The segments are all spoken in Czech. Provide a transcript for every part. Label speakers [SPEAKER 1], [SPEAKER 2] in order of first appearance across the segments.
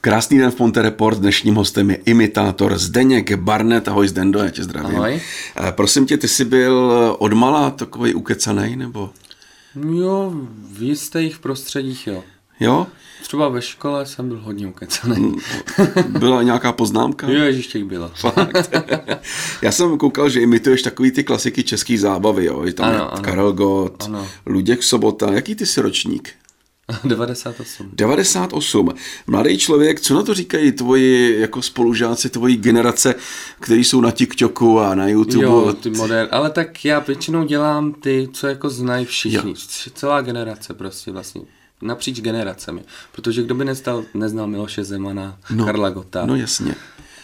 [SPEAKER 1] Krásný den v Ponte Report. Dnešním hostem je imitátor Zdeněk Barnet. Ahoj Zdendo, já tě zdravím.
[SPEAKER 2] Ahoj.
[SPEAKER 1] Eh, Prosím tě, ty jsi byl eh, odmala takový ukecanej, nebo
[SPEAKER 2] Jo, v jistých prostředích jo.
[SPEAKER 1] jo?
[SPEAKER 2] Třeba ve škole jsem byl hodně
[SPEAKER 1] Hmm.
[SPEAKER 2] ukecaný.
[SPEAKER 1] Byla nějaká poznámka?
[SPEAKER 2] Jo, ježiš, těch bylo.
[SPEAKER 1] Fakt. Já jsem koukal, že imituješ takový ty klasiky český zábavy, jo? Je tam
[SPEAKER 2] Ano, ano.
[SPEAKER 1] Karel Gott,
[SPEAKER 2] Ano.
[SPEAKER 1] Luděk Sobota. Jaký ty jsi ročník?
[SPEAKER 2] 98.
[SPEAKER 1] 98. Mladý člověk, co na to říkají tvoji jako spolužáci, tvoji generace, kteří jsou na TikToku a na YouTube?
[SPEAKER 2] Jo, ty model, ale tak já většinou dělám ty, co jako znají všichni. C- Celá generace prostě vlastně. Napříč generacemi. Protože kdo by nestal, neznal Miloše Zemana, no. Karla Gota.
[SPEAKER 1] No jasně.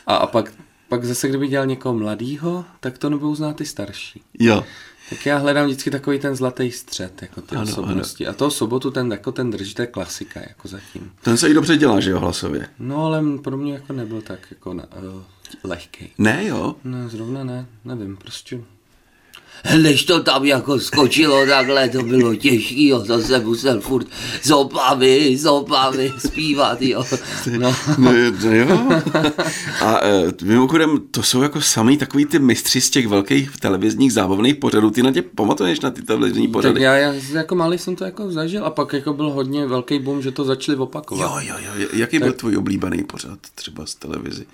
[SPEAKER 2] a, a pak, pak zase, kdyby dělal někoho mladýho, tak to nebudou znát ty starší.
[SPEAKER 1] Jo.
[SPEAKER 2] Tak já hledám vždycky takový ten zlatý střed, jako ty
[SPEAKER 1] Ano,
[SPEAKER 2] ano, osobnosti. Ano. A toho sobotu ten, jako ten drží, to je klasika, jako zatím.
[SPEAKER 1] Ten se i dobře dělá, že jo, hlasově?
[SPEAKER 2] No, ale m- pro mě jako nebyl tak jako na, uh, lehký.
[SPEAKER 1] Ne, jo.
[SPEAKER 2] No, zrovna ne, nevím, prostě.
[SPEAKER 3] Než to tam jako skočilo takhle, to bylo těžký, jo, to jsem musel furt z opavy, z opavy zpívat, jo.
[SPEAKER 2] No,
[SPEAKER 1] No, je- no jo. A e, mimochodem, to jsou jako samý takový ty mistři z těch velkých televizních zábavných pořadů. Ty na tě pamatuješ na ty televizní
[SPEAKER 2] tak
[SPEAKER 1] pořady?
[SPEAKER 2] já, já jako malý jsem to jako zažil a pak jako byl hodně velký boom, že to začali opakovat.
[SPEAKER 1] Jo, jo, jo. Jaký byl tvůj oblíbený pořad třeba z televizi?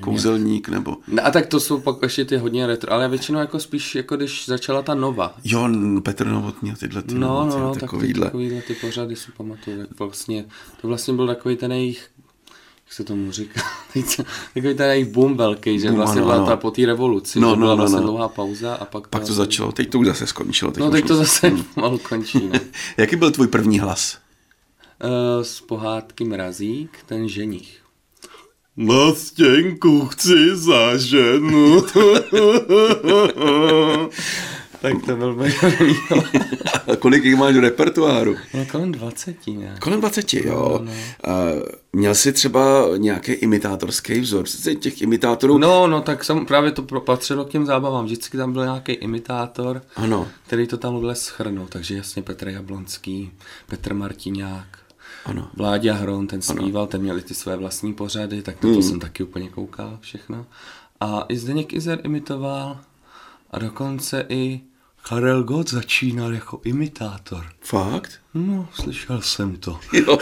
[SPEAKER 1] Kouzelník nebo...
[SPEAKER 2] No a tak to jsou pak ještě ty hodně retro, ale většinou jako spíš, jako když začala ta nova.
[SPEAKER 1] Jo, n- Petr Novotný a tyhle ty
[SPEAKER 2] No,
[SPEAKER 1] Novotný
[SPEAKER 2] no,
[SPEAKER 1] a
[SPEAKER 2] no, tak ty,
[SPEAKER 1] takovýhle.
[SPEAKER 2] takovýhle ty pořady si pamatuju, tak vlastně, to vlastně byl takový ten jejich, jak se tomu říká, teď se- takový ten jejich boom velký, že
[SPEAKER 1] Boom,
[SPEAKER 2] vlastně
[SPEAKER 1] ano,
[SPEAKER 2] byla
[SPEAKER 1] ano.
[SPEAKER 2] ta po té revoluci,
[SPEAKER 1] No,
[SPEAKER 2] no, že
[SPEAKER 1] no,
[SPEAKER 2] byla
[SPEAKER 1] no,
[SPEAKER 2] vlastně
[SPEAKER 1] no.
[SPEAKER 2] dlouhá pauza a pak...
[SPEAKER 1] Pak to začalo, Hmm. teď to už zase skončilo. Teď
[SPEAKER 2] No
[SPEAKER 1] už
[SPEAKER 2] teď to
[SPEAKER 1] nic.
[SPEAKER 2] zase pomalu končí, no.
[SPEAKER 1] Jaký byl tvůj první hlas?
[SPEAKER 2] Eh, Z pohádky Mrazík, ten ženich. Na stěnku chci zaženu. tak to byl můj první.
[SPEAKER 1] A kolik jich máš v repertoáru?
[SPEAKER 2] No kolem 20 ne?
[SPEAKER 1] Kolem 20, jo. A měl jsi třeba nějaký imitátorský vzor? Přece těch imitátorů...
[SPEAKER 2] No, no, tak jsem právě to pro- patřilo k těm zábavám. Vždycky tam byl nějaký imitátor,
[SPEAKER 1] Ano.
[SPEAKER 2] který to tam vles schrnul. Takže jasně Petr Jablonský, Petr Martiňák,
[SPEAKER 1] Ano.
[SPEAKER 2] Vláďa Hron, ten zpíval, ten měli ty své vlastní pořady, tak na
[SPEAKER 1] Hmm.
[SPEAKER 2] to jsem taky úplně koukal všechno. A i Zdeněk Izer imitoval a dokonce i Karel Gott začínal jako imitátor.
[SPEAKER 1] Fakt?
[SPEAKER 2] No, slyšel jsem to.
[SPEAKER 1] Jo.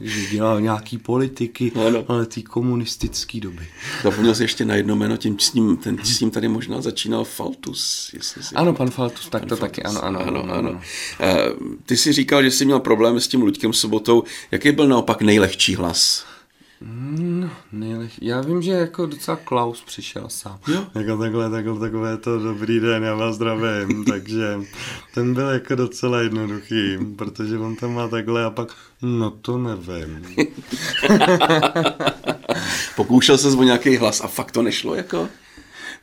[SPEAKER 2] že dělal nějaký politiky,
[SPEAKER 1] Ano.
[SPEAKER 2] ale ty komunistické doby.
[SPEAKER 1] Zapomněl jsi ještě na jedno jméno, tím s ním, ten s ním tady možná začínal Faltus, jestli si...
[SPEAKER 2] Ano, pan Faltus, tak to
[SPEAKER 1] Faltus.
[SPEAKER 2] taky, ano, ano.
[SPEAKER 1] ano, ano. Eh, Ty jsi říkal, že jsi měl problém s tím Luďkem Sobotou. Jaký byl naopak nejlehčí hlas?
[SPEAKER 2] Nejleh... Já vím, že jako docela Klaus přišel sám.
[SPEAKER 1] Jo.
[SPEAKER 2] Jako takhle, takhle, takové to dobrý den, já vás zdravím, takže ten byl jako docela jednoduchý, protože on tam má takhle a pak, no to nevím.
[SPEAKER 1] Pokoušel se o nějaký hlas a fakt to nešlo, jako?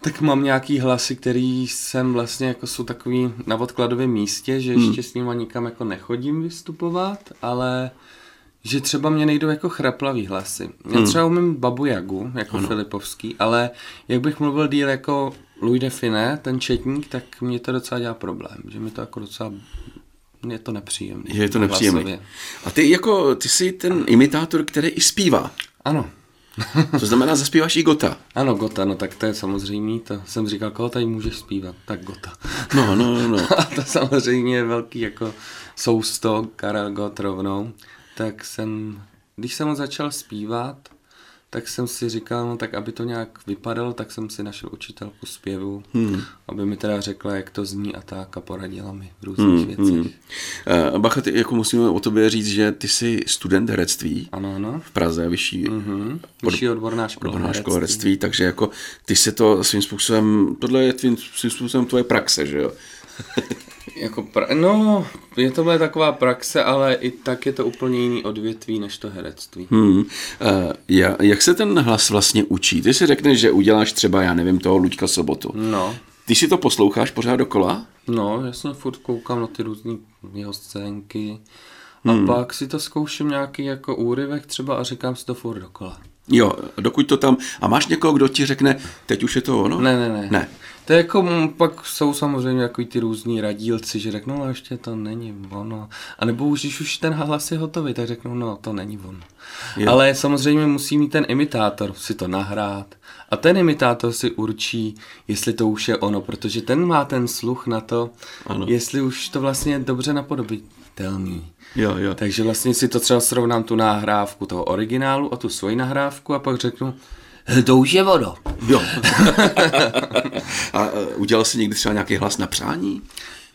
[SPEAKER 2] tak mám nějaký hlasy, který jsem vlastně jako jsou takový na odkladovém místě, že
[SPEAKER 1] Hmm.
[SPEAKER 2] ještě s nima nikam jako nechodím vystupovat, ale že třeba mě nejdou jako chraplavý hlasy. Já
[SPEAKER 1] Hmm.
[SPEAKER 2] třeba umím Babu Jagu, jako ano. Filipovský, ale jak bych mluvil díl jako Louis de Finé, ten četník, tak mě to docela dělá problém, že mi to jako docela je to nepříjemné.
[SPEAKER 1] Že je to nepříjemné. A ty jako, ty jsi ten imitátor, který i zpívá.
[SPEAKER 2] Ano,
[SPEAKER 1] To znamená, zaspíváš i Gota.
[SPEAKER 2] ano, Gota, no tak to je samozřejmé, to jsem říkal, koho tady můžeš zpívat, tak Gota.
[SPEAKER 1] No, no, no, no.
[SPEAKER 2] A to samozřejmě je velký jako sousto Karel Gott rovnou. Tak jsem, když jsem ho začal zpívat, tak jsem si říkal, no tak aby to nějak vypadalo, tak jsem si našel učitelku zpěvu, hmm. aby mi teda řekla, jak to zní a tak a poradila mi v různých hmm. věcech.
[SPEAKER 1] Eh, Bacha, ty, jako musíme o tobě říct, že ty jsi student herectví
[SPEAKER 2] Ano, ano.
[SPEAKER 1] v Praze, vyšší mm-hmm.
[SPEAKER 2] Vyšší odborná škola.
[SPEAKER 1] odborná
[SPEAKER 2] Mhm, no, herectví.
[SPEAKER 1] škola herectví, takže jako ty se to svým způsobem, tohle je tvým svým způsobem tvoje praxe, že jo?
[SPEAKER 2] Jako pra- no, je to moje taková praxe, ale i tak je to úplně jiný odvětví než to herectví.
[SPEAKER 1] Hmm. Eh, ja, jak se ten hlas vlastně učí? Ty si řekneš, že uděláš třeba, já nevím, toho Luďka Sobotu.
[SPEAKER 2] No.
[SPEAKER 1] Ty si to posloucháš pořád dokola?
[SPEAKER 2] No, jasně, furt koukám na ty různé jeho scénky. A hmm. pak si to zkouším nějaký jako úryvek třeba a říkám si to furt dokola.
[SPEAKER 1] Jo, dokud to tam... A máš někoho, kdo ti řekne, teď už je to ono?
[SPEAKER 2] Ne, ne, ne.
[SPEAKER 1] Ne.
[SPEAKER 2] To je jako, mm, pak jsou samozřejmě jako ty různí radílci, že řeknou, no ještě to není ono. A nebo už, když už ten hlas je hotový, tak řeknou, no to není ono.
[SPEAKER 1] Jo.
[SPEAKER 2] Jo. Ale samozřejmě musí mít ten imitátor si to nahrát. A ten imitátor si určí, jestli to už je ono, protože ten má ten sluch na to,
[SPEAKER 1] Ano.
[SPEAKER 2] ano. jestli už to vlastně je dobře napodobitelný.
[SPEAKER 1] Jo, jo.
[SPEAKER 2] Takže vlastně si to třeba srovnám tu nahrávku toho originálu a tu svoji nahrávku a pak řeknu,
[SPEAKER 3] To už je ono.
[SPEAKER 1] jo. a e, udělal jsi někdy třeba nějaký hlas na přání?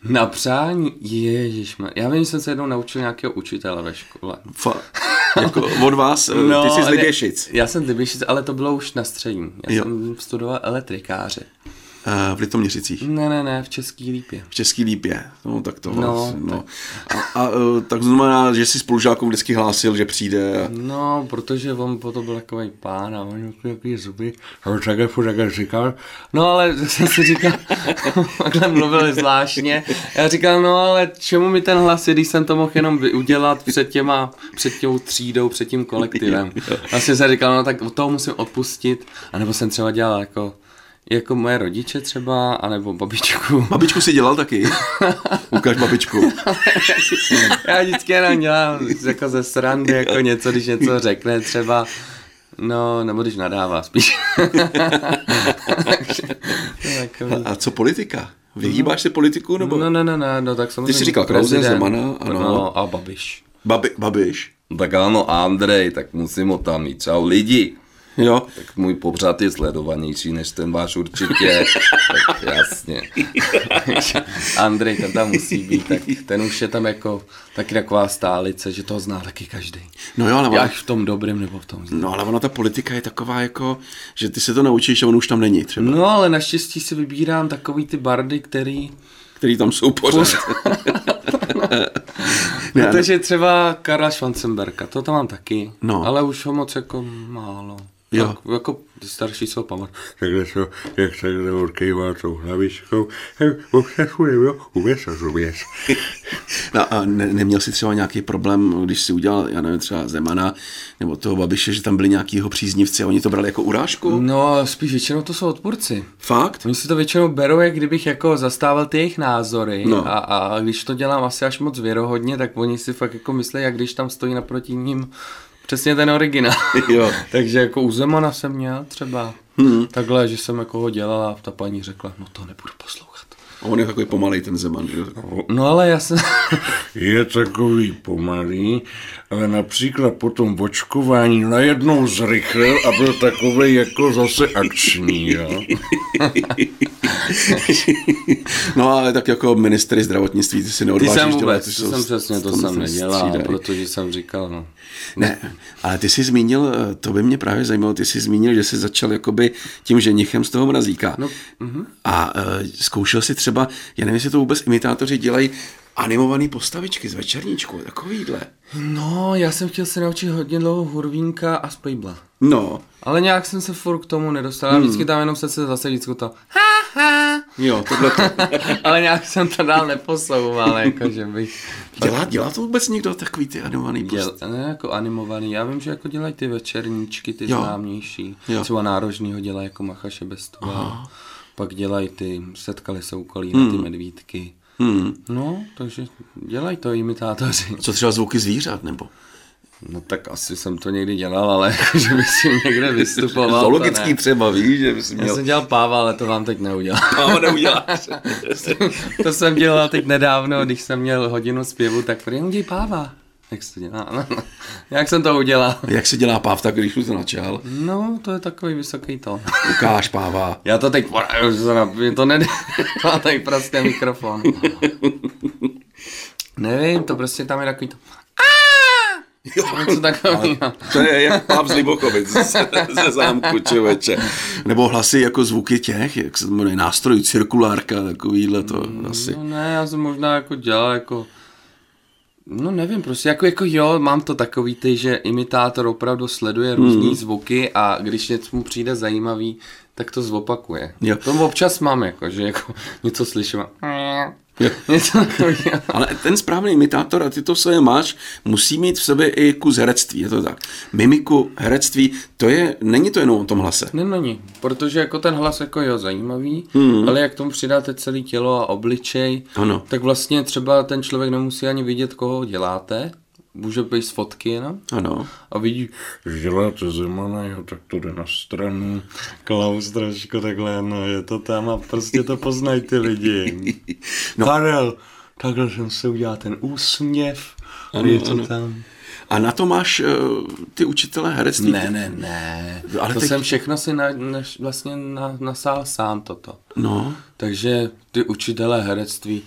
[SPEAKER 2] Na přání? Ježíš, já vím, že jsem se jednou naučil nějakého učitele ve škole.
[SPEAKER 1] Fa- jako od vás, no, ty jsi z
[SPEAKER 2] ale-
[SPEAKER 1] Liběšic.
[SPEAKER 2] Já jsem z Liběšic, ale to bylo už na střední. Já
[SPEAKER 1] Jo.
[SPEAKER 2] jo. jsem studoval elektrikáře.
[SPEAKER 1] E, v Litoměřicích.
[SPEAKER 2] Ne, ne, ne, v Český Lípě.
[SPEAKER 1] V Český lípě. No, tak to. No,
[SPEAKER 2] No,
[SPEAKER 1] no. A, a, e, tak znamená, že jsi spolužákům vždycky hlásil, že přijde. a-
[SPEAKER 2] No, protože on potom byl takový pán a on měl takový zuby. A on takhle furt takhle říkal. No ale zase si říkal, takhle mluvil zvláštně. Já říkal, no ale čemu mi ten hlas je, když jsem to mohl jenom vy- udělat před těma, před těm třídou, před tím kolektivem. Vlastně jsem říkal, no tak od toho musím odpustit. A nebo jsem třeba dělal jako jako moje rodiče třeba, anebo babičku.
[SPEAKER 1] Babičku si dělal taky. Ukaž babičku.
[SPEAKER 2] Já vždycky jenom dělám jako ze srandy, jako něco, když něco řekne třeba, no, nebo když nadává spíš. Takže, to je takový-
[SPEAKER 1] A co politika? Vyhýbáš se politiku nebo
[SPEAKER 2] No,
[SPEAKER 1] no,
[SPEAKER 2] ne, ne, ne, no, tak samozřejmě.
[SPEAKER 1] jsi říkal Klause,
[SPEAKER 2] prezident,
[SPEAKER 1] Zemana, ano.
[SPEAKER 2] No, a Babiš.
[SPEAKER 1] babi, babiš?
[SPEAKER 4] Tak ano, Andrej, tak musím ho tam mít. Čau lidi.
[SPEAKER 1] Jo.
[SPEAKER 4] Tak můj pořad je sledovanější než ten váš určitě. tak jasně.
[SPEAKER 2] Andrej, ten tam musí být, tak ten už je tam jako taky taková stálice, že toho zná taky každý.
[SPEAKER 1] No jo, ale ona,
[SPEAKER 2] Jak v tom dobrém nebo v tom zlém.
[SPEAKER 1] no, ale ona ta politika je taková jako, že ty se to naučíš a on už tam není třeba.
[SPEAKER 2] No, ale naštěstí si vybírám takový ty bardy, který
[SPEAKER 1] Který tam jsou pořád. Ne, ne.
[SPEAKER 2] Protože třeba Karla Schwanzenberga, to tam mám taky,
[SPEAKER 1] No.
[SPEAKER 2] no. ale už ho moc jako málo.
[SPEAKER 1] Jo.
[SPEAKER 2] Tak, jako ty starší jsou pamat.
[SPEAKER 5] takhle to, jak takhle odkývá tou hlavičkou, tak obsahuje, jo, uvěř, rozuměš.
[SPEAKER 1] No a ne, neměl jsi třeba nějaký problém, když si udělal, já nevím, třeba Zemana nebo toho Babiše, že tam byli nějaký jeho příznivci a oni to brali jako urážku? Mm.
[SPEAKER 2] No, spíš většinou to jsou odpůrci.
[SPEAKER 1] Fakt?
[SPEAKER 2] Oni si to většinou berou, jak kdybych jako zastával ty jejich názory
[SPEAKER 1] No.
[SPEAKER 2] no. a, a, když to dělám asi až moc věrohodně, tak oni si fakt jako myslí, jak když tam stojí naproti ním přesně ten originál.
[SPEAKER 1] Jo.
[SPEAKER 2] Takže jako u Zemana jsem měl třeba hmm. takhle, že jsem jako ho dělal a ta paní řekla, no to nebudu poslouchat.
[SPEAKER 1] A on je takový pomalej ten Zeman. Že? jo?
[SPEAKER 2] No ale já jsem...
[SPEAKER 5] Je takový pomalý, ale například po tom očkování najednou zrychlil a byl takový jako zase akční, jo.
[SPEAKER 1] No ale tak jako ministry zdravotnictví ty si
[SPEAKER 2] Ty
[SPEAKER 1] neodvážíš.
[SPEAKER 2] jsem
[SPEAKER 1] dělat,
[SPEAKER 2] vůbec,
[SPEAKER 1] ty
[SPEAKER 2] to
[SPEAKER 1] jsou
[SPEAKER 2] jsem přesně, to
[SPEAKER 1] s-
[SPEAKER 2] jsem nedělal,
[SPEAKER 1] střídají.
[SPEAKER 2] protože jsem říkal, no.
[SPEAKER 1] Ne, ale ty jsi zmínil, eh, to by mě právě zajímalo, ty jsi zmínil, že jsi začal jakoby tím ženichem z toho mrazíka. No,
[SPEAKER 2] mhm.
[SPEAKER 1] a uh, zkoušel jsi třeba, já nevím, jestli to vůbec imitátoři dělají, animované postavičky z večerníčku, takovýhle.
[SPEAKER 2] No, já jsem chtěl se naučit hodně dlouho hurvínka a spejbla.
[SPEAKER 1] No,
[SPEAKER 2] Ale nějak jsem se furt k tomu nedostal, hmm. vždycky tam jenom jsem se zase vždycky to
[SPEAKER 1] jo, tohle to.
[SPEAKER 2] Ale nějak jsem to dál neposouval, jako že bych
[SPEAKER 1] Dělá, dělá to vůbec někdo takový ty animovaný prostě? post?
[SPEAKER 2] dělal, ne, jako animovaný. Já vím, že jako dělají ty večerníčky, ty
[SPEAKER 1] Jo.
[SPEAKER 2] jo. známější.
[SPEAKER 1] Jo.
[SPEAKER 2] Jo. Třeba nárožního dělají jako Macha Šebestová. Pak dělají ty, setkali soukolí hmm. na ty medvídky.
[SPEAKER 1] Hmm.
[SPEAKER 2] No, takže dělají to imitátoři.
[SPEAKER 1] Co třeba zvuky zvířat, nebo?
[SPEAKER 2] No tak asi jsem to někdy dělal, ale jako, že bych si někde vystupoval.
[SPEAKER 1] Zoologický
[SPEAKER 2] to
[SPEAKER 1] třeba, víš, že bys
[SPEAKER 2] ne. Já
[SPEAKER 1] měl.
[SPEAKER 2] jsem dělal páva, ale to vám teď neudělám.
[SPEAKER 1] Páva neuděláš.
[SPEAKER 2] to jsem dělal teď nedávno, když jsem měl hodinu zpěvu, tak prý udělej páva. Jak se to dělá? Jak jsem to udělal?
[SPEAKER 1] Jak se dělá páv, tak když už to načal,
[SPEAKER 2] No, to je takový vysoký tón.
[SPEAKER 1] ukáž páva.
[SPEAKER 2] Já to teď už se na- mě to nedá, tak prostě mikrofon. Nevím, to prostě tam je takový to... Něco takového.
[SPEAKER 1] To je jak páp z Libokovic ze- ze zámku čověče. Nebo hlasy jako zvuky těch, jak se to jmenuje, nástrojů, cirkulárka, takovýhle to asi.
[SPEAKER 2] No ne, já jsem možná jako dělal jako... No nevím, prostě jako, jako jo, mám to takový ty, že imitátor opravdu sleduje různé mm. zvuky a když něco mu přijde zajímavý, tak to zopakuje.
[SPEAKER 1] Jo.
[SPEAKER 2] To občas mám jako, že jako něco slyším a... Něco takového.
[SPEAKER 1] Ale ten správný imitátor, a ty to v sobě máš, musí mít v sobě i kus herectví, je to tak. Mimiku, herectví, to je, není to jenom o tom hlase.
[SPEAKER 2] Ne, není, protože jako ten hlas jako jo zajímavý, hmm. ale jak tomu přidáte celé tělo a obličej,
[SPEAKER 1] Ano.
[SPEAKER 2] tak vlastně třeba ten člověk nemusí ani vidět, koho děláte, může být z fotky jenom
[SPEAKER 1] Ano.
[SPEAKER 2] a vidí,
[SPEAKER 5] Když děláte Zemana, jo, tak to jde na stranu.
[SPEAKER 2] Klaus trošku takhle, no je to tam a prostě to poznají ty lidi.
[SPEAKER 1] No.
[SPEAKER 2] No. Karel, takhle jsem se udělá ten úsměv, ano, je to ano. tam.
[SPEAKER 1] A na to máš eh, ty učitele herectví.
[SPEAKER 2] Ne, ne, ne,
[SPEAKER 1] Ale
[SPEAKER 2] ale to
[SPEAKER 1] teď-
[SPEAKER 2] teď... jsem všechno si na, na, vlastně na, nasál sám toto.
[SPEAKER 1] No,
[SPEAKER 2] Takže ty učitelé herectví,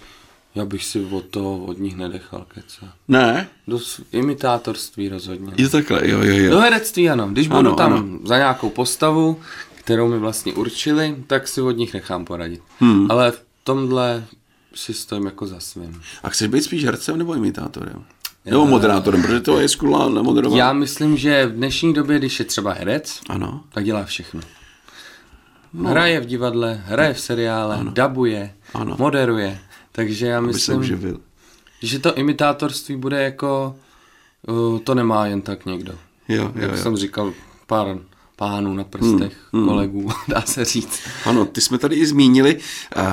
[SPEAKER 2] já bych si od toho od nich nedechal keca.
[SPEAKER 1] ne,
[SPEAKER 2] Do s- imitátorství rozhodně.
[SPEAKER 1] je takhle, jo, jo,
[SPEAKER 2] Do
[SPEAKER 1] jo.
[SPEAKER 2] herectví ano, když budu
[SPEAKER 1] Ano,
[SPEAKER 2] ano, tam
[SPEAKER 1] ano.
[SPEAKER 2] ano. za nějakou postavu, kterou mi vlastně určili, tak si od nich nechám poradit. Hmm. Ale v tomhle si stojím jako za svým.
[SPEAKER 1] A chceš být spíš hercem nebo imitátorem? Nebo moderátorem, protože to je skulá na moderování.
[SPEAKER 2] Já myslím, že v dnešní době, když je třeba herec,
[SPEAKER 1] Ano.
[SPEAKER 2] tak dělá všechno. Hraje v divadle, hraje v seriále, No. ano. dabuje,
[SPEAKER 1] Ano.
[SPEAKER 2] ano. moderuje. Takže já
[SPEAKER 1] Aby se
[SPEAKER 2] myslím,
[SPEAKER 1] uživil.
[SPEAKER 2] že to imitátorství bude jako, uh, to nemá jen tak někdo.
[SPEAKER 1] Jo, jo,
[SPEAKER 2] Jak
[SPEAKER 1] jo.
[SPEAKER 2] jsem říkal, pár pánů na prstech, hmm, kolegů, dá se říct.
[SPEAKER 1] Ano, ty jsme tady i zmínili. Eh,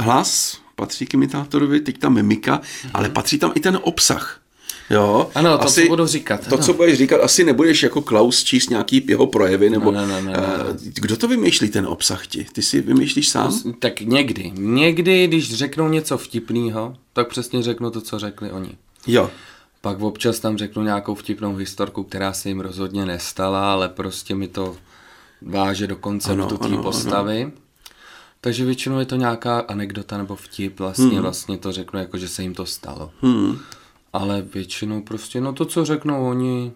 [SPEAKER 1] hlas patří k imitátorovi, teď ta mimika, ale patří tam i ten obsah. Jo,
[SPEAKER 2] Mhm. Ano, to, co budu říkat,
[SPEAKER 1] To,
[SPEAKER 2] ano.
[SPEAKER 1] co budeš říkat, asi nebudeš jako Klaus číst nějaký jeho projevy, nebo
[SPEAKER 2] ne, ne, ne, ne.
[SPEAKER 1] eh, kdo to vymýšlí, ten obsah ti? Ty si vymýšlíš sám?
[SPEAKER 2] Tak někdy. Někdy, když řeknou něco vtipného, tak přesně řeknu to, co řekli oni.
[SPEAKER 1] Jo,
[SPEAKER 2] Pak občas tam řeknu nějakou vtipnou historku, která se jim rozhodně nestala, ale prostě mi to váže do
[SPEAKER 1] Ano,
[SPEAKER 2] konceptu
[SPEAKER 1] ano,
[SPEAKER 2] té
[SPEAKER 1] ano.
[SPEAKER 2] postavy. Ano. Takže většinou je to nějaká anekdota nebo vtip, vlastně, hmm. vlastně to řeknu jako, že se jim to stalo. Hmm. Ale většinou prostě, no to, co řeknou oni,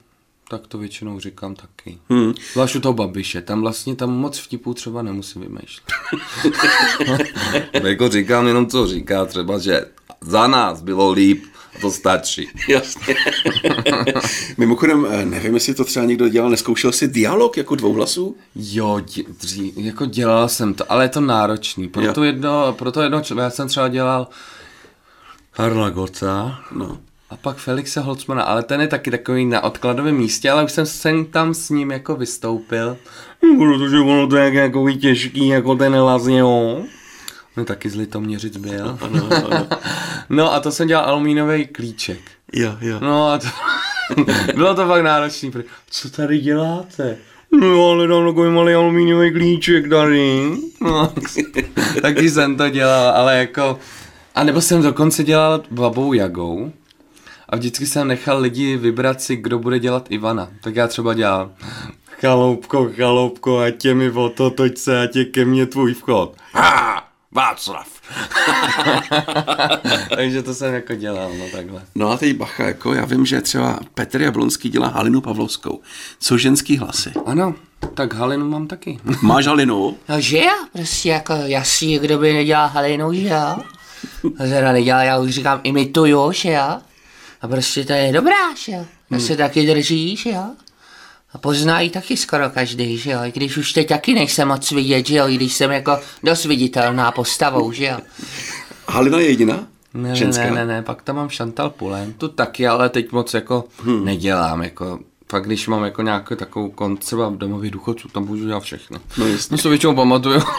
[SPEAKER 2] tak to většinou říkám taky. Hmm. Zvlášť u toho babiše, tam vlastně tam moc vtipů třeba nemusím vymýšlet.
[SPEAKER 4] Jako říkám jenom, co říká třeba, že za nás bylo líp, a to stačí.
[SPEAKER 1] jasně. Mimochodem, eh, nevím, jestli to třeba někdo dělal, neskoušel si dialog jako dvou hlasů?
[SPEAKER 2] Jo, dě, dří, jako dělal jsem to, ale je to náročný.
[SPEAKER 1] Jo.
[SPEAKER 2] Pro to jedno, pro to jedno, já jsem třeba dělal Karla Gota
[SPEAKER 1] No.
[SPEAKER 2] a pak Felixe Holcmana, ale ten je taky takový na odkladovém místě, ale už jsem sem tam s ním jako vystoupil. Hm, Protože ono to je jako těžký, jako ten hlas, jo. On je No, taky z Litoměřic byl. no a to jsem dělal alumínový klíček.
[SPEAKER 1] Jo, jo.
[SPEAKER 2] No a to... Bylo to fakt náročný. protože, Co tady děláte? No ale tam takový malý alumíniový klíček tady. No, taky jsem to dělal, ale jako... A nebo jsem dokonce dělal babou Jagou. A vždycky jsem nechal lidi vybrat si, kdo bude dělat Ivana. Tak já třeba dělám. Chaloupko, chaloupko, a tě mi o to, toť se, a tě ke mně tvůj vchod.
[SPEAKER 4] Ha! Václav!
[SPEAKER 2] Takže to jsem jako dělal, no takhle.
[SPEAKER 1] No a teď bacha, jako já vím, že třeba Petr Jablonský dělá Halinu Pavlovskou. Co ženský hlasy?
[SPEAKER 2] Ano, tak Halinu mám taky.
[SPEAKER 1] Máš Halinu?
[SPEAKER 3] No že jo, prostě jako jasný, kdo by nedělal halinu, že jo? A teda nedělá, já už říkám imituju, že jo? A prostě to je dobrá, že jo? To se taky drží, že jo? A pozná ji taky skoro každý, že jo? I když už teď taky nejsem moc vidět, že jo? I když jsem jako dost viditelná postavou, že jo?
[SPEAKER 1] Halina je jediná?
[SPEAKER 2] Ne,
[SPEAKER 1] Ženská?
[SPEAKER 2] ne, ne, ne, pak tam mám Chantal Polen, tu taky, ale teď moc jako hmm. nedělám, jako pak když mám jako nějakou takovou kon, třeba v domově důchodců, tam můžu dělat všechno. No jistě. se většinou pamatuju.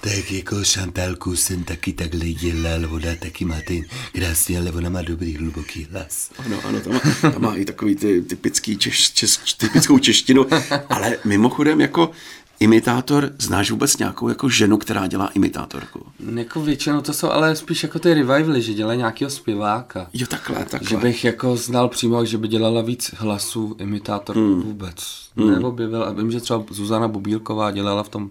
[SPEAKER 6] Tak jako Šantalku jsem taky takhle dělal, ona taky má ten krásný, ale ona má dobrý hluboký hlas.
[SPEAKER 1] Ano, No, ano, tam má, tam má i takový ty, typický češ, čes, typickou češtinu, ale mimochodem jako imitátor, znáš vůbec nějakou jako ženu, která dělá imitátorku?
[SPEAKER 2] jako většinou to jsou ale spíš jako ty revivaly, že dělají nějakého zpěváka.
[SPEAKER 1] Jo, takhle,
[SPEAKER 2] Že
[SPEAKER 1] takhle.
[SPEAKER 2] bych jako znal přímo, že by dělala víc hlasů imitátor hmm. vůbec. Hmm. Neobjevil. A vím, že třeba Zuzana Bubílková dělala v tom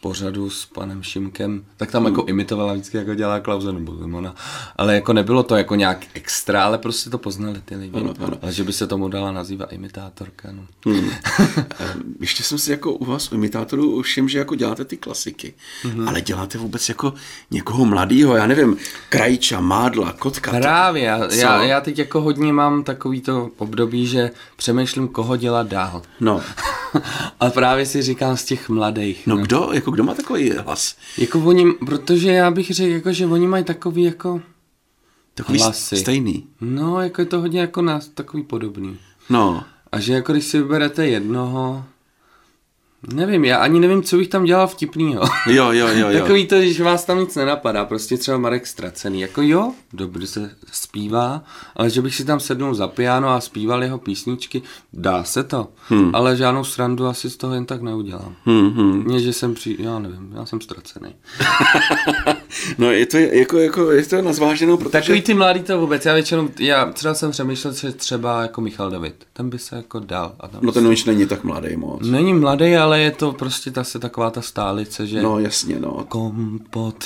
[SPEAKER 2] pořadu s panem Šimkem, tak tam
[SPEAKER 1] Hmm.
[SPEAKER 2] jako imitovala vždycky, jako dělá Klauze nebo Zimona. Ale jako nebylo to jako nějak extra, ale prostě to poznali ty lidi.
[SPEAKER 1] Ano, ano. Hmm.
[SPEAKER 2] Ale že by se tomu dala nazývat imitátorka. No.
[SPEAKER 1] eh, Ještě jsem si jako u vás u imitátorů všim, že jako děláte ty klasiky,
[SPEAKER 2] Mhm.
[SPEAKER 1] mm-hmm. ale děláte vůbec jako někoho mladýho, já nevím, krajča, mádla, kotka. to-
[SPEAKER 2] Právě, já,
[SPEAKER 1] Co?
[SPEAKER 2] já, já teď jako hodně mám takový to období, že přemýšlím, koho dělat dál.
[SPEAKER 1] No,
[SPEAKER 2] A právě si říkám z těch mladých.
[SPEAKER 1] No kdo, jako kdo má takový hlas?
[SPEAKER 2] Jako oni, protože já bych řekl, jako, že oni mají takový jako,
[SPEAKER 1] Takový Hlasy.
[SPEAKER 2] Hlasy.
[SPEAKER 1] stejný.
[SPEAKER 2] no jako je to hodně jako nás, takový podobný.
[SPEAKER 1] No,
[SPEAKER 2] A že jako když si vyberete jednoho, nevím, já ani nevím, co bych tam dělal vtipnýho.
[SPEAKER 1] jo, jo, jo, jo.
[SPEAKER 2] Takový to, když vás tam nic nenapadá, prostě třeba Marek Stracený, jako jo, dobře se zpívá, ale že bych si tam sednul za piano a zpíval jeho písničky, dá se to, hmm. ale žádnou srandu asi z toho jen tak neudělám.
[SPEAKER 1] Hm, hm.
[SPEAKER 2] Mně, že jsem při... já nevím, já jsem ztracený.
[SPEAKER 1] No je to jako, jako je to na zváženou, protože...
[SPEAKER 2] Takový ty mladý to vůbec, já většinou, já třeba jsem přemýšlel, že třeba jako Michal David, ten by se jako dal. A tam
[SPEAKER 1] No ten už není tak mladý moc.
[SPEAKER 2] Není mladý, ale je to prostě ta, se taková ta stálice, že
[SPEAKER 1] No jasně, no.
[SPEAKER 2] kompot.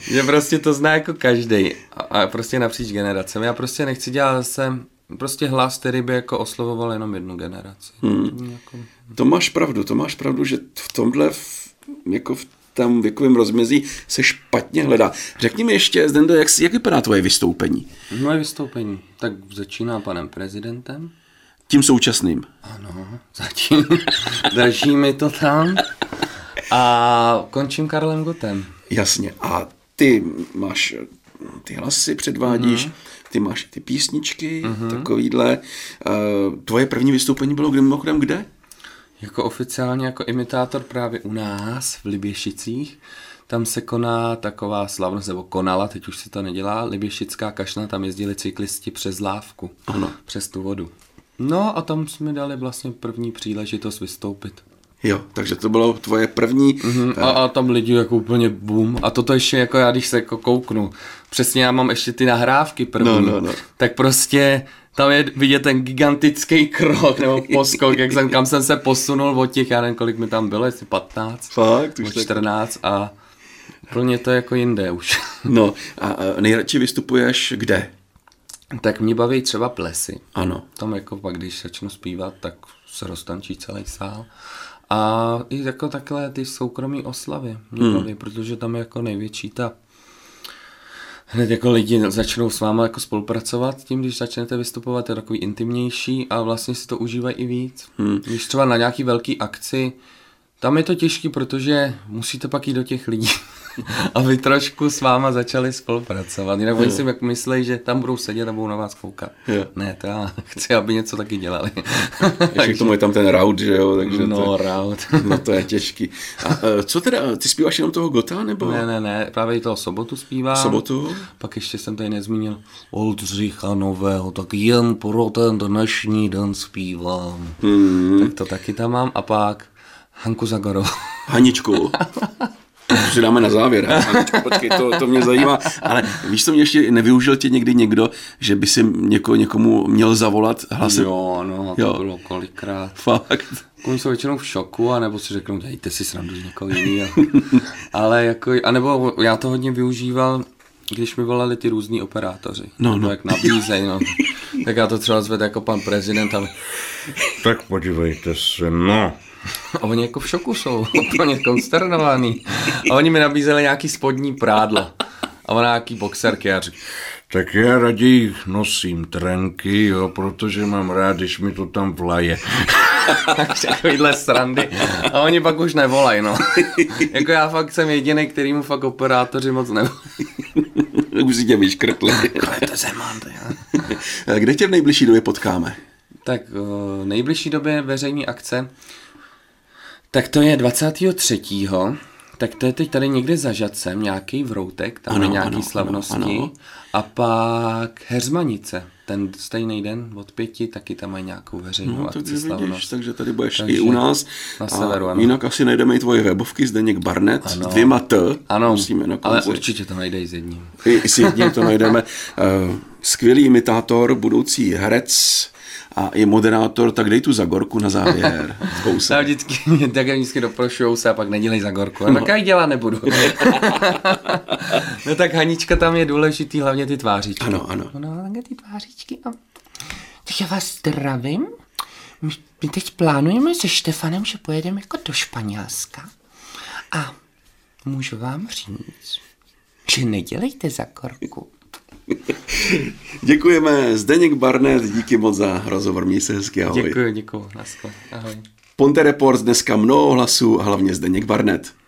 [SPEAKER 2] že prostě to zná jako každý a, a prostě napříč generacemi. Já prostě nechci dělat se prostě hlas, který by jako oslovoval jenom jednu generaci. Hmm. Jako...
[SPEAKER 1] To máš pravdu, to máš pravdu, že v tomhle, v, jako v tom věkovém rozmezí se špatně hledá. Řekni mi ještě, Zdendo, jak, jak vypadá tvoje vystoupení?
[SPEAKER 2] Moje vystoupení tak začíná panem prezidentem.
[SPEAKER 1] Tím současným.
[SPEAKER 2] Ano, zatím drží mi to tam. A končím Karlem Gotem.
[SPEAKER 1] Jasně. A ty máš, ty hlasy předvádíš, ty máš ty písničky, takovýhle. Uh, tvoje první vystoupení bylo kde mimochodem kde?
[SPEAKER 2] Jako oficiálně jako imitátor právě u nás v Liběšicích. Tam se koná taková slavnost, nebo konala, teď už se to nedělá, Liběšická kašna, tam jezdili cyklisti přes lávku, ano. přes tu vodu. No a tam jsme dali vlastně první příležitost vystoupit.
[SPEAKER 1] Jo, takže to bylo tvoje první.
[SPEAKER 2] Mm, A, a tam lidi jako úplně bum. A toto ještě jako já, když se jako kouknu, přesně já mám ještě ty nahrávky první,
[SPEAKER 1] No, no, no.
[SPEAKER 2] tak prostě tam je vidět ten gigantický krok nebo poskok, jak jsem, kam jsem se posunul od těch, já nevím, kolik mi tam bylo, jestli 15,
[SPEAKER 1] Fakt? Už
[SPEAKER 2] nebo
[SPEAKER 1] tak-
[SPEAKER 2] 14 a úplně to je jako jinde už.
[SPEAKER 1] No, a a nejradši vystupuješ kde?
[SPEAKER 2] tak mě baví třeba plesy.
[SPEAKER 1] Ano.
[SPEAKER 2] Tam jako pak, když začnu zpívat, tak se roztančí celý sál. A i jako takhle ty soukromí oslavy mě hmm. baví, protože tam je jako největší ta Hned jako lidi začnou s váma jako spolupracovat, tím, když začnete vystupovat, je takový intimnější a vlastně si to užívají i víc. Hmm. Když třeba na nějaký velký akci, tam je to těžký, protože musíte pak jít do těch lidí, aby trošku s váma začali spolupracovat. Jinak oni si jak myslí, že tam budou sedět a budou na vás koukat.
[SPEAKER 1] Jo.
[SPEAKER 2] Ne, to já chci, aby něco taky dělali.
[SPEAKER 1] Ještě k tomu je tam ten raud, že jo, takže
[SPEAKER 2] no,
[SPEAKER 1] to,
[SPEAKER 2] raut.
[SPEAKER 1] no to je těžký. A eh, co teda, ty zpíváš jenom toho Gota, nebo
[SPEAKER 2] Ne, ne, ne, právě i toho sobotu zpívám.
[SPEAKER 1] sobotu?
[SPEAKER 2] Pak ještě jsem tady nezmínil Oldřicha Nového, tak jen pro ten dnešní den zpívám.
[SPEAKER 1] Mhm.
[SPEAKER 2] Hmm. Tak to taky tam mám. A pak Hanku Zagorovou.
[SPEAKER 1] Haničku. To si dáme na závěr. hele, Haničku, počkej, to, to mě zajímá. Ale víš, co mě ještě nevyužil tě někdy někdo, že by si něko, někomu měl zavolat hlasem?
[SPEAKER 2] Jo, no, to
[SPEAKER 1] Jo.
[SPEAKER 2] jo. bylo kolikrát.
[SPEAKER 1] Fakt.
[SPEAKER 2] Oni jsou většinou v šoku, anebo si řeknou, dejte si srandu z někoho jiného. Ale jako, anebo já to hodně využíval, když mi volali ty různí operátoři.
[SPEAKER 1] No, no.
[SPEAKER 2] Jak nabízejí, no. Tak já to třeba zvedl jako pan prezident, ale
[SPEAKER 5] Tak podívejte se, no.
[SPEAKER 2] a oni jako v šoku jsou, úplně konsternovaný. A oni mi nabízeli nějaký spodní prádlo. A ona nějaký boxerky, já říkám,
[SPEAKER 5] Tak já raději nosím trenky, jo, protože mám rád, když mi to tam vlaje.
[SPEAKER 2] takovýhle srandy. A oni pak už nevolají, no. jako já fakt jsem jediný, který mu fakt operátoři moc nevolají.
[SPEAKER 1] Už si tě vyškrtli.
[SPEAKER 2] To Zeman, to já.
[SPEAKER 1] Kde tě v nejbližší době potkáme?
[SPEAKER 2] Tak eh, nejbližší době veřejní akce, tak to je 23. Tak to je teď tady někde za Žadcem, nějaký vroutek, tam
[SPEAKER 1] Ano,
[SPEAKER 2] ano, je nějaký
[SPEAKER 1] ano,
[SPEAKER 2] ano, slavnosti.
[SPEAKER 1] ano,
[SPEAKER 2] Ano,
[SPEAKER 1] ano.
[SPEAKER 2] ano. A pak Heřmanice, ten stejný den od pěti, taky tam mají nějakou veřejnou no,
[SPEAKER 1] to
[SPEAKER 2] akci
[SPEAKER 1] vidíš,
[SPEAKER 2] slavnost.
[SPEAKER 1] takže tady budeš
[SPEAKER 2] Takže
[SPEAKER 1] i u nás.
[SPEAKER 2] na
[SPEAKER 1] A
[SPEAKER 2] severu, ano.
[SPEAKER 1] Jinak asi najdeme i tvoje webovky, Zdeněk Barnet, s dvěma T.
[SPEAKER 2] Ano,
[SPEAKER 1] Musíme na
[SPEAKER 2] ale
[SPEAKER 1] konci.
[SPEAKER 2] určitě to najde i s jedním.
[SPEAKER 1] I i s jedním to najdeme. Eh, Skvělý imitátor, budoucí herec a i moderátor, tak dej tu zagorku na závěr.
[SPEAKER 2] Já
[SPEAKER 1] Kousek.
[SPEAKER 2] vždycky, tak já vždycky doprošujou se a pak nedělej za gorku. A tak já ji dělat nebudu. no tak Hanička tam je důležitý, hlavně ty tváříčky.
[SPEAKER 1] Ano, ano.
[SPEAKER 3] No, také ty tvářičky. A... Tak já vás zdravím. My, my teď plánujeme se Štefanem, že pojedeme jako do Španělska. A můžu vám říct, že nedělejte za korku.
[SPEAKER 1] Děkujeme. Zdeněk Barnet, díky moc za rozhovor. Měj se hezky, ahoj.
[SPEAKER 2] Děkuji, děkuji. Naschle. Ahoj.
[SPEAKER 1] Ponte Report dneska mnoho hlasů a hlavně Zdeněk Barnet.